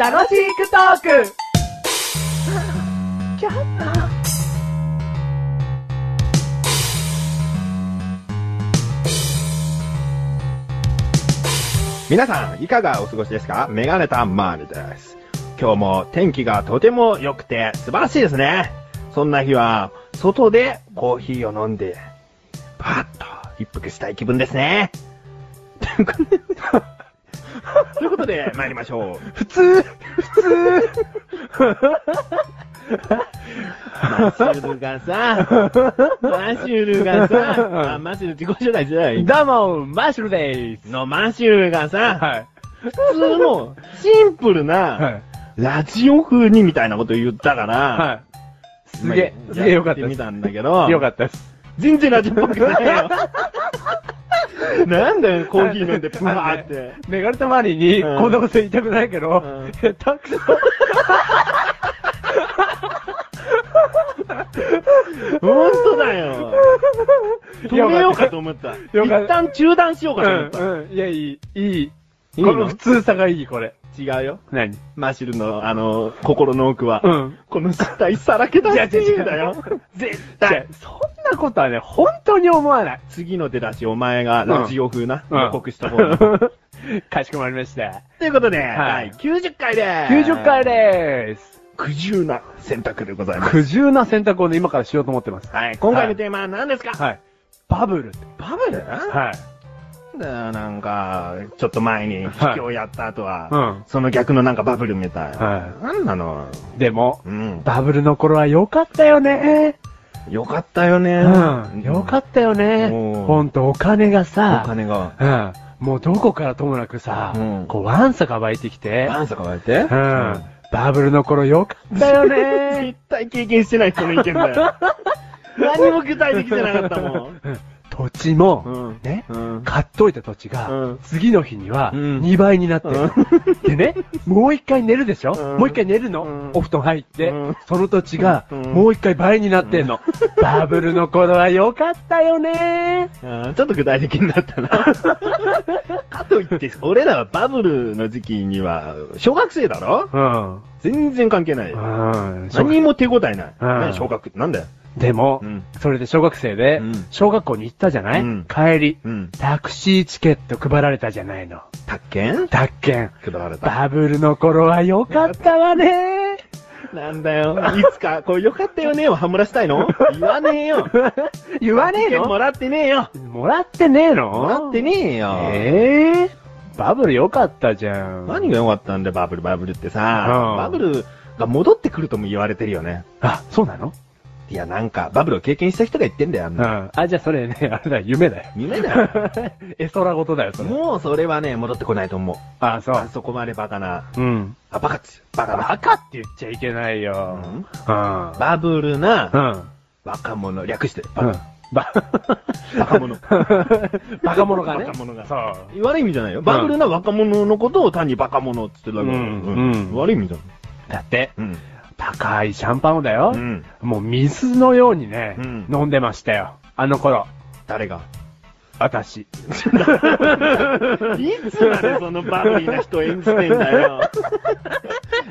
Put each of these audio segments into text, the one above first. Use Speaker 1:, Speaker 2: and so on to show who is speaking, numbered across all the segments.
Speaker 1: 楽しくトーク
Speaker 2: 皆さん、いかがお過ごしですかメガネたまーりです。今日も天気がとても良くて素晴らしいですね。そんな日は、外でコーヒーを飲んで、パッと一服したい気分ですね。ということでということで、参りましょう。普通普通
Speaker 3: マシュルがさ、マシュルがさ、あ、マシュル自己紹介じゃない。
Speaker 4: どうも、マッシュルでーす。
Speaker 3: のマシュルがさ、
Speaker 4: はい。
Speaker 2: 普通の シンプルな、
Speaker 4: い。
Speaker 2: ラジオ風にみたいなこと言ったから、
Speaker 4: い。すげえ、
Speaker 2: まあ
Speaker 4: すげえよかった
Speaker 2: や
Speaker 4: で
Speaker 2: てみ
Speaker 4: す。
Speaker 2: たんだけど、
Speaker 4: よかったです。
Speaker 2: 全然ラジオっぽくない よ。なんだよ、コーヒー飲んで、プワーって。
Speaker 4: メガネたまりに、
Speaker 2: うん
Speaker 4: こんなこと言いたくないけど
Speaker 2: うん、
Speaker 4: 下手くそ。
Speaker 2: ほんとだよ。止めようかと思った。
Speaker 4: よかった
Speaker 2: 一旦中断しようか
Speaker 4: う
Speaker 2: と思っ
Speaker 4: ん、
Speaker 2: た。
Speaker 4: うん。いや、いい、いい。
Speaker 2: いい
Speaker 4: こ
Speaker 2: の
Speaker 4: の普通さがいい、これ。
Speaker 2: 違うよ。
Speaker 4: 何
Speaker 2: マシルの、あの、心の奥は。
Speaker 4: うん。
Speaker 2: この失態さらけ出していいんだよ。
Speaker 4: 絶
Speaker 2: 対
Speaker 4: 対。そんなことはね、本当に思わない。
Speaker 2: 次の出だし、お前がラジオ風な、
Speaker 4: うん
Speaker 2: 予告した方が。
Speaker 4: かしこまりました。
Speaker 2: ということで、
Speaker 4: は
Speaker 2: はいい、90回でーす。
Speaker 4: 90回でーす。
Speaker 2: 苦渋な選択でございます。
Speaker 4: 苦渋な選択をね、今からしようと思ってます。
Speaker 2: はい、今回のテーマは何ですか、
Speaker 4: はい。バブルって。
Speaker 2: バブル
Speaker 4: はい。
Speaker 2: だなんか、ちょっと前に、
Speaker 4: はい
Speaker 2: 卑怯やった後は、
Speaker 4: うん
Speaker 2: その逆のなんかバブルみたい。
Speaker 4: は
Speaker 2: なんなの
Speaker 4: でも、
Speaker 2: うん。
Speaker 4: バブルの頃は良かったよね。
Speaker 2: よかったよね。
Speaker 4: うん。良か
Speaker 2: っ
Speaker 4: ったよね。
Speaker 2: うん
Speaker 4: ほんとお金が
Speaker 2: お
Speaker 4: さ、
Speaker 2: 金が、
Speaker 4: うん。もうどこからともなくさ、
Speaker 2: うん
Speaker 4: こうワンサが湧いてきて、
Speaker 2: バンサ変えて
Speaker 4: うん。。バブルの頃良かったよ ね。
Speaker 2: 絶対経験してない人の意見だよ。 何も具体的じゃなかったもん。
Speaker 4: 土地も、
Speaker 2: うん
Speaker 4: ね、
Speaker 2: うん
Speaker 4: 買っといた土地が、
Speaker 2: うん
Speaker 4: 次の日には
Speaker 2: うん
Speaker 4: 2倍になってる。
Speaker 2: う
Speaker 4: でね、もう一回寝るでしょ、
Speaker 2: うん
Speaker 4: もう一回寝るの、
Speaker 2: うん
Speaker 4: お布団入って、
Speaker 2: うん
Speaker 4: その土地が
Speaker 2: うん
Speaker 4: もう一回倍になっ てんの。バブルの頃は良かったよね。
Speaker 2: あーちょっと具体的にな ったな。かといって、俺らはバブルの時期には、小学生だろ
Speaker 4: うん。
Speaker 2: 全然関係ないよ。
Speaker 4: うん。
Speaker 2: 何も手応えない。何小
Speaker 4: 小
Speaker 2: 学ってなんだよ。
Speaker 4: でも、
Speaker 2: うん
Speaker 4: それで小学生で
Speaker 2: うん、
Speaker 4: 小学校に行ったじゃない、
Speaker 2: うん
Speaker 4: 帰り、
Speaker 2: うん。
Speaker 4: タクシーチケット配られたじゃないの。
Speaker 2: 宅建
Speaker 4: 宅券。
Speaker 2: 配られた。
Speaker 4: バブルの頃は良かったわ ね。
Speaker 2: なんだよ。いつか、こう、よかったよねをはむらしたいの言わねえよ。
Speaker 4: 言わね
Speaker 2: 宅
Speaker 4: え
Speaker 2: 建も
Speaker 4: の
Speaker 2: らってねえよ。
Speaker 4: もらってねえの
Speaker 2: もらってねえよ。
Speaker 4: ええバブル良かったじゃん。
Speaker 2: 何が良かったんだよ、バブル、バブルってさ。
Speaker 4: うん
Speaker 2: バブルが戻ってくるとも言われてるよね。
Speaker 4: あ、そうなの
Speaker 2: いや、なんか、バブルを経験した人が言ってんだよ、あん
Speaker 4: う
Speaker 2: な。
Speaker 4: ん。あ、じゃあそれね、 あれだ、夢だよ。
Speaker 2: 夢だよ。
Speaker 4: 絵空事だよ、それ。
Speaker 2: もうそれはね、戻ってこないと思う。
Speaker 4: あ、そ
Speaker 2: あ
Speaker 4: う。
Speaker 2: そこまでバカな。
Speaker 4: うん。
Speaker 2: あ、バカっつ、バカな。
Speaker 4: バカって言っちゃいけないよ。
Speaker 2: うん
Speaker 4: うん。
Speaker 2: バブル
Speaker 4: う。
Speaker 2: なん若者、略して、
Speaker 4: うん。バ、
Speaker 2: バカ者。
Speaker 4: バカ者がね。
Speaker 2: バカ者が
Speaker 4: そう。
Speaker 2: 悪い意味じゃないよ。バブルな若者のことを単にバカ者って言ってるだけだよ
Speaker 4: うんうん
Speaker 2: 悪い意味じゃ
Speaker 4: だって、
Speaker 2: ない。うん。
Speaker 4: 高いシャンパンをだよ
Speaker 2: う。ん。
Speaker 4: もう水のようにね、
Speaker 2: うん
Speaker 4: 飲んでましたよ。あの頃、
Speaker 2: 誰が
Speaker 4: 私。
Speaker 2: いつまでそのバブリーな人演じてんだよ。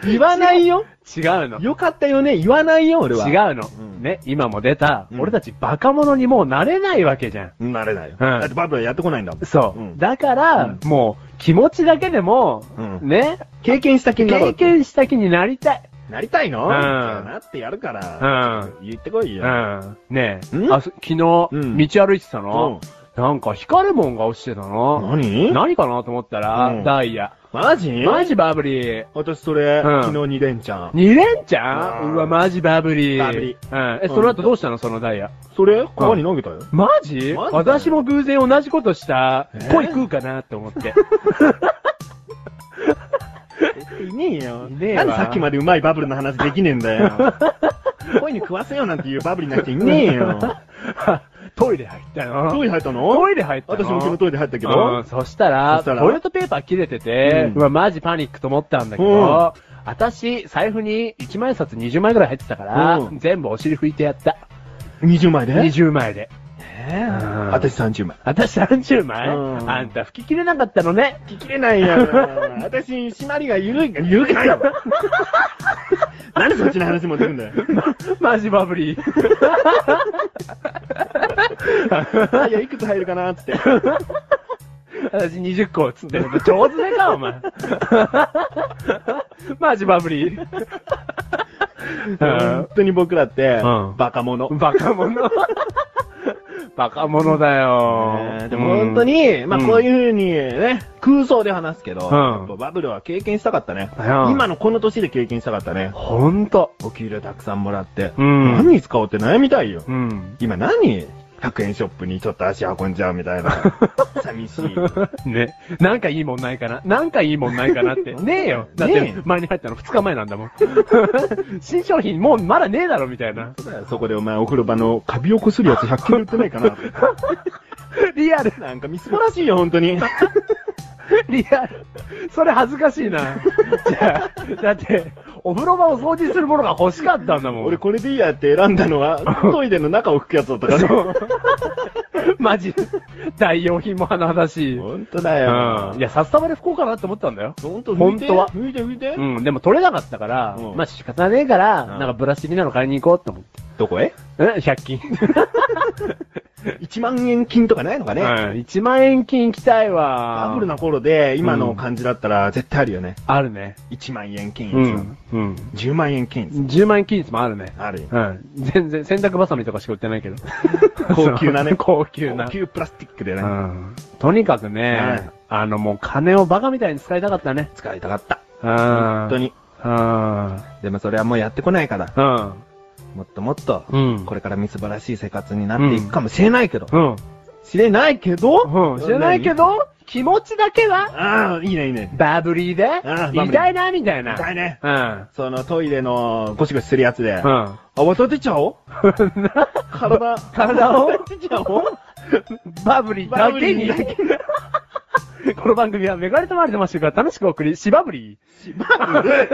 Speaker 2: 言わないよ。
Speaker 4: 違うの。違 う
Speaker 2: よかったよね。言わないよ、俺は。
Speaker 4: の。
Speaker 2: うん
Speaker 4: ね、今も出た、
Speaker 2: うん
Speaker 4: 俺たちバカ者にもうなれないわけじゃん。
Speaker 2: う。なれないよ。
Speaker 4: う
Speaker 2: だ
Speaker 4: ん
Speaker 2: ってバブルはやってこないんだもん。
Speaker 4: そう。
Speaker 2: うん
Speaker 4: だから、もう、気持ちだけでも、
Speaker 2: うん
Speaker 4: ね、
Speaker 2: 経験した気になろ
Speaker 4: 経
Speaker 2: うって
Speaker 4: 験した気になりたい。
Speaker 2: なりたいの
Speaker 4: うん
Speaker 2: じゃあなってやるから。
Speaker 4: うん
Speaker 2: ちょっと言ってこいうよ。
Speaker 4: ん。ねえ、
Speaker 2: ん
Speaker 4: あそ昨日、道
Speaker 2: うん
Speaker 4: 歩いてた
Speaker 2: うん
Speaker 4: の、なんか光るもんが落ちてたの。
Speaker 2: 何
Speaker 4: 何かなと思ったら、
Speaker 2: うん
Speaker 4: ダイヤ。
Speaker 2: マジ
Speaker 4: マジバブリー。
Speaker 2: 私それ、
Speaker 4: うん
Speaker 2: 昨日2連チャン。
Speaker 4: 二連ちゃ
Speaker 2: うん
Speaker 4: んうわ、マジバブリー。
Speaker 2: バブリ
Speaker 4: うん。え、その後どうしたのそのダイヤ。
Speaker 2: それ川に投げたよ。
Speaker 4: マジ
Speaker 2: マジだよ
Speaker 4: 私も偶然同じことした
Speaker 2: え。
Speaker 4: 恋食うかなって思って。
Speaker 2: いねえよ。
Speaker 4: いねえ
Speaker 2: な
Speaker 4: わ
Speaker 2: んでさっきまでうまいバブルの話できねえんだ よ。恋に食わせようなんていうバブルになっていねえよ。
Speaker 4: トイレ入った の
Speaker 2: トイレ入ったの
Speaker 4: トイレ入ったの
Speaker 2: 私も昨日トイレ入ったけ
Speaker 4: うん
Speaker 2: ど。
Speaker 4: そしたら、
Speaker 2: そしたら
Speaker 4: トイレットペーパー切れてて、
Speaker 2: う
Speaker 4: うんわ、マジパニックと思ったんだけ
Speaker 2: うん
Speaker 4: ど、私、財布に1枚札20枚ぐらい入ってたから
Speaker 2: う、ん
Speaker 4: 全部お尻拭いてやった。
Speaker 2: 20枚で
Speaker 4: 20枚で。ね
Speaker 2: あ私30枚。
Speaker 4: 私30枚
Speaker 3: うん
Speaker 4: あんた吹き切れなかったのね。
Speaker 2: 聞きれないやん。私、締まりが緩いから、緩くないだろ。 なんでそっちの話持ってく んだよ。
Speaker 4: マジバブリー。
Speaker 2: あいや、いくつ入るかなっつって。
Speaker 4: 私20個っつって。 上手でか、お前。 マジバブリ ー。
Speaker 2: 本当に僕らって、
Speaker 4: うん
Speaker 2: バカ者。
Speaker 4: バカ者。 バカ者だよ
Speaker 2: ね。えでも本当に、まあ
Speaker 4: うん
Speaker 2: こういう風にね、空想で話すけど、
Speaker 4: うん
Speaker 2: やっぱバブルは経験したかったね。
Speaker 4: うん
Speaker 2: 今のこの年で経験したかったね。
Speaker 4: ほんと。
Speaker 2: お給料たくさんもらって、
Speaker 4: うん
Speaker 2: 何に使おうって悩みたいよ。
Speaker 4: うん。
Speaker 2: 今何 ?100 円ショップにちょっと足運んじゃうみたいな。 寂しい。
Speaker 4: ね。なん かいいもんないかな。なんかいいもんないかなって。 ねえよ。だっ
Speaker 2: ね
Speaker 4: て
Speaker 2: え、
Speaker 4: 前に入ったの2日前なんだもん。 新商品もうまだねえだろ、みたいな。
Speaker 2: そこでお前お風呂場のカビをこするやつ100均で売ってないかな
Speaker 4: リアル、
Speaker 2: なんかみすぼらしいよ、本当 に。
Speaker 4: リアル。それ恥ずかしいな。じゃあ、だって、お風呂場を掃除するものが欲しかったんだもん。
Speaker 2: 俺これでいいやって選んだのは、トイレの中を拭くやつだったからね。
Speaker 4: そう。 マジ、代用品も甚だしい。う
Speaker 2: 本当だよ。
Speaker 4: ん。いや、札束で拭こうかなって思ったんだよ。
Speaker 2: 本当
Speaker 4: 本当は
Speaker 2: 拭いて拭いて。
Speaker 4: うん、でも取れなかったから、
Speaker 2: うん
Speaker 4: まあ仕方ねえから、
Speaker 2: ん
Speaker 4: なんかブラシ的なの買いに行こうって思って。
Speaker 2: どこへ
Speaker 4: え ?100 均。
Speaker 2: 1万円金とかないのか ね、
Speaker 4: うん、1万円金行きたいわ。
Speaker 2: バブルな頃で今
Speaker 4: う
Speaker 2: の
Speaker 4: ん
Speaker 2: 感じだったら絶対あるよね。
Speaker 4: あるね。
Speaker 2: 1万円均一、
Speaker 4: うん。うん。
Speaker 2: 10万円均一、
Speaker 4: 10万円均一もあるね。
Speaker 2: あ るよ。。
Speaker 4: うん。全然、洗濯バサミとかしか売ってないけど
Speaker 2: 高級な ね
Speaker 4: 高級な。
Speaker 2: 高級プラスチックでね、
Speaker 4: うん。とにかくね、
Speaker 2: はい
Speaker 4: あのもう金をバカみたいに使いたかったね。
Speaker 2: 使いたかった。
Speaker 4: うん。
Speaker 2: 本当に。
Speaker 4: うん。
Speaker 2: でもそれはもうやってこないから、
Speaker 4: うん。
Speaker 2: もっともっと、
Speaker 4: うん。
Speaker 2: これからみすぼらしい生活になっていくかもしれないけど、
Speaker 4: うん。
Speaker 2: 知れないけど、
Speaker 4: うん。知らないけど、気持ちだけは、
Speaker 2: ああ、いいねいいね。
Speaker 4: バブリーで
Speaker 2: あ、
Speaker 4: みたいな、みたいな。
Speaker 2: 痛いね。
Speaker 4: うん。
Speaker 2: そのトイレのゴシゴシするやつで、
Speaker 4: う
Speaker 2: あ、
Speaker 4: ん。
Speaker 2: 渡ってっちゃおう 体、
Speaker 4: 体 を
Speaker 2: 渡ってっちゃ おう
Speaker 4: バブリーだけに
Speaker 2: バブ。
Speaker 4: この番組はメガネとマリのマッシュが楽しくお送り、しバブリー。
Speaker 2: バブル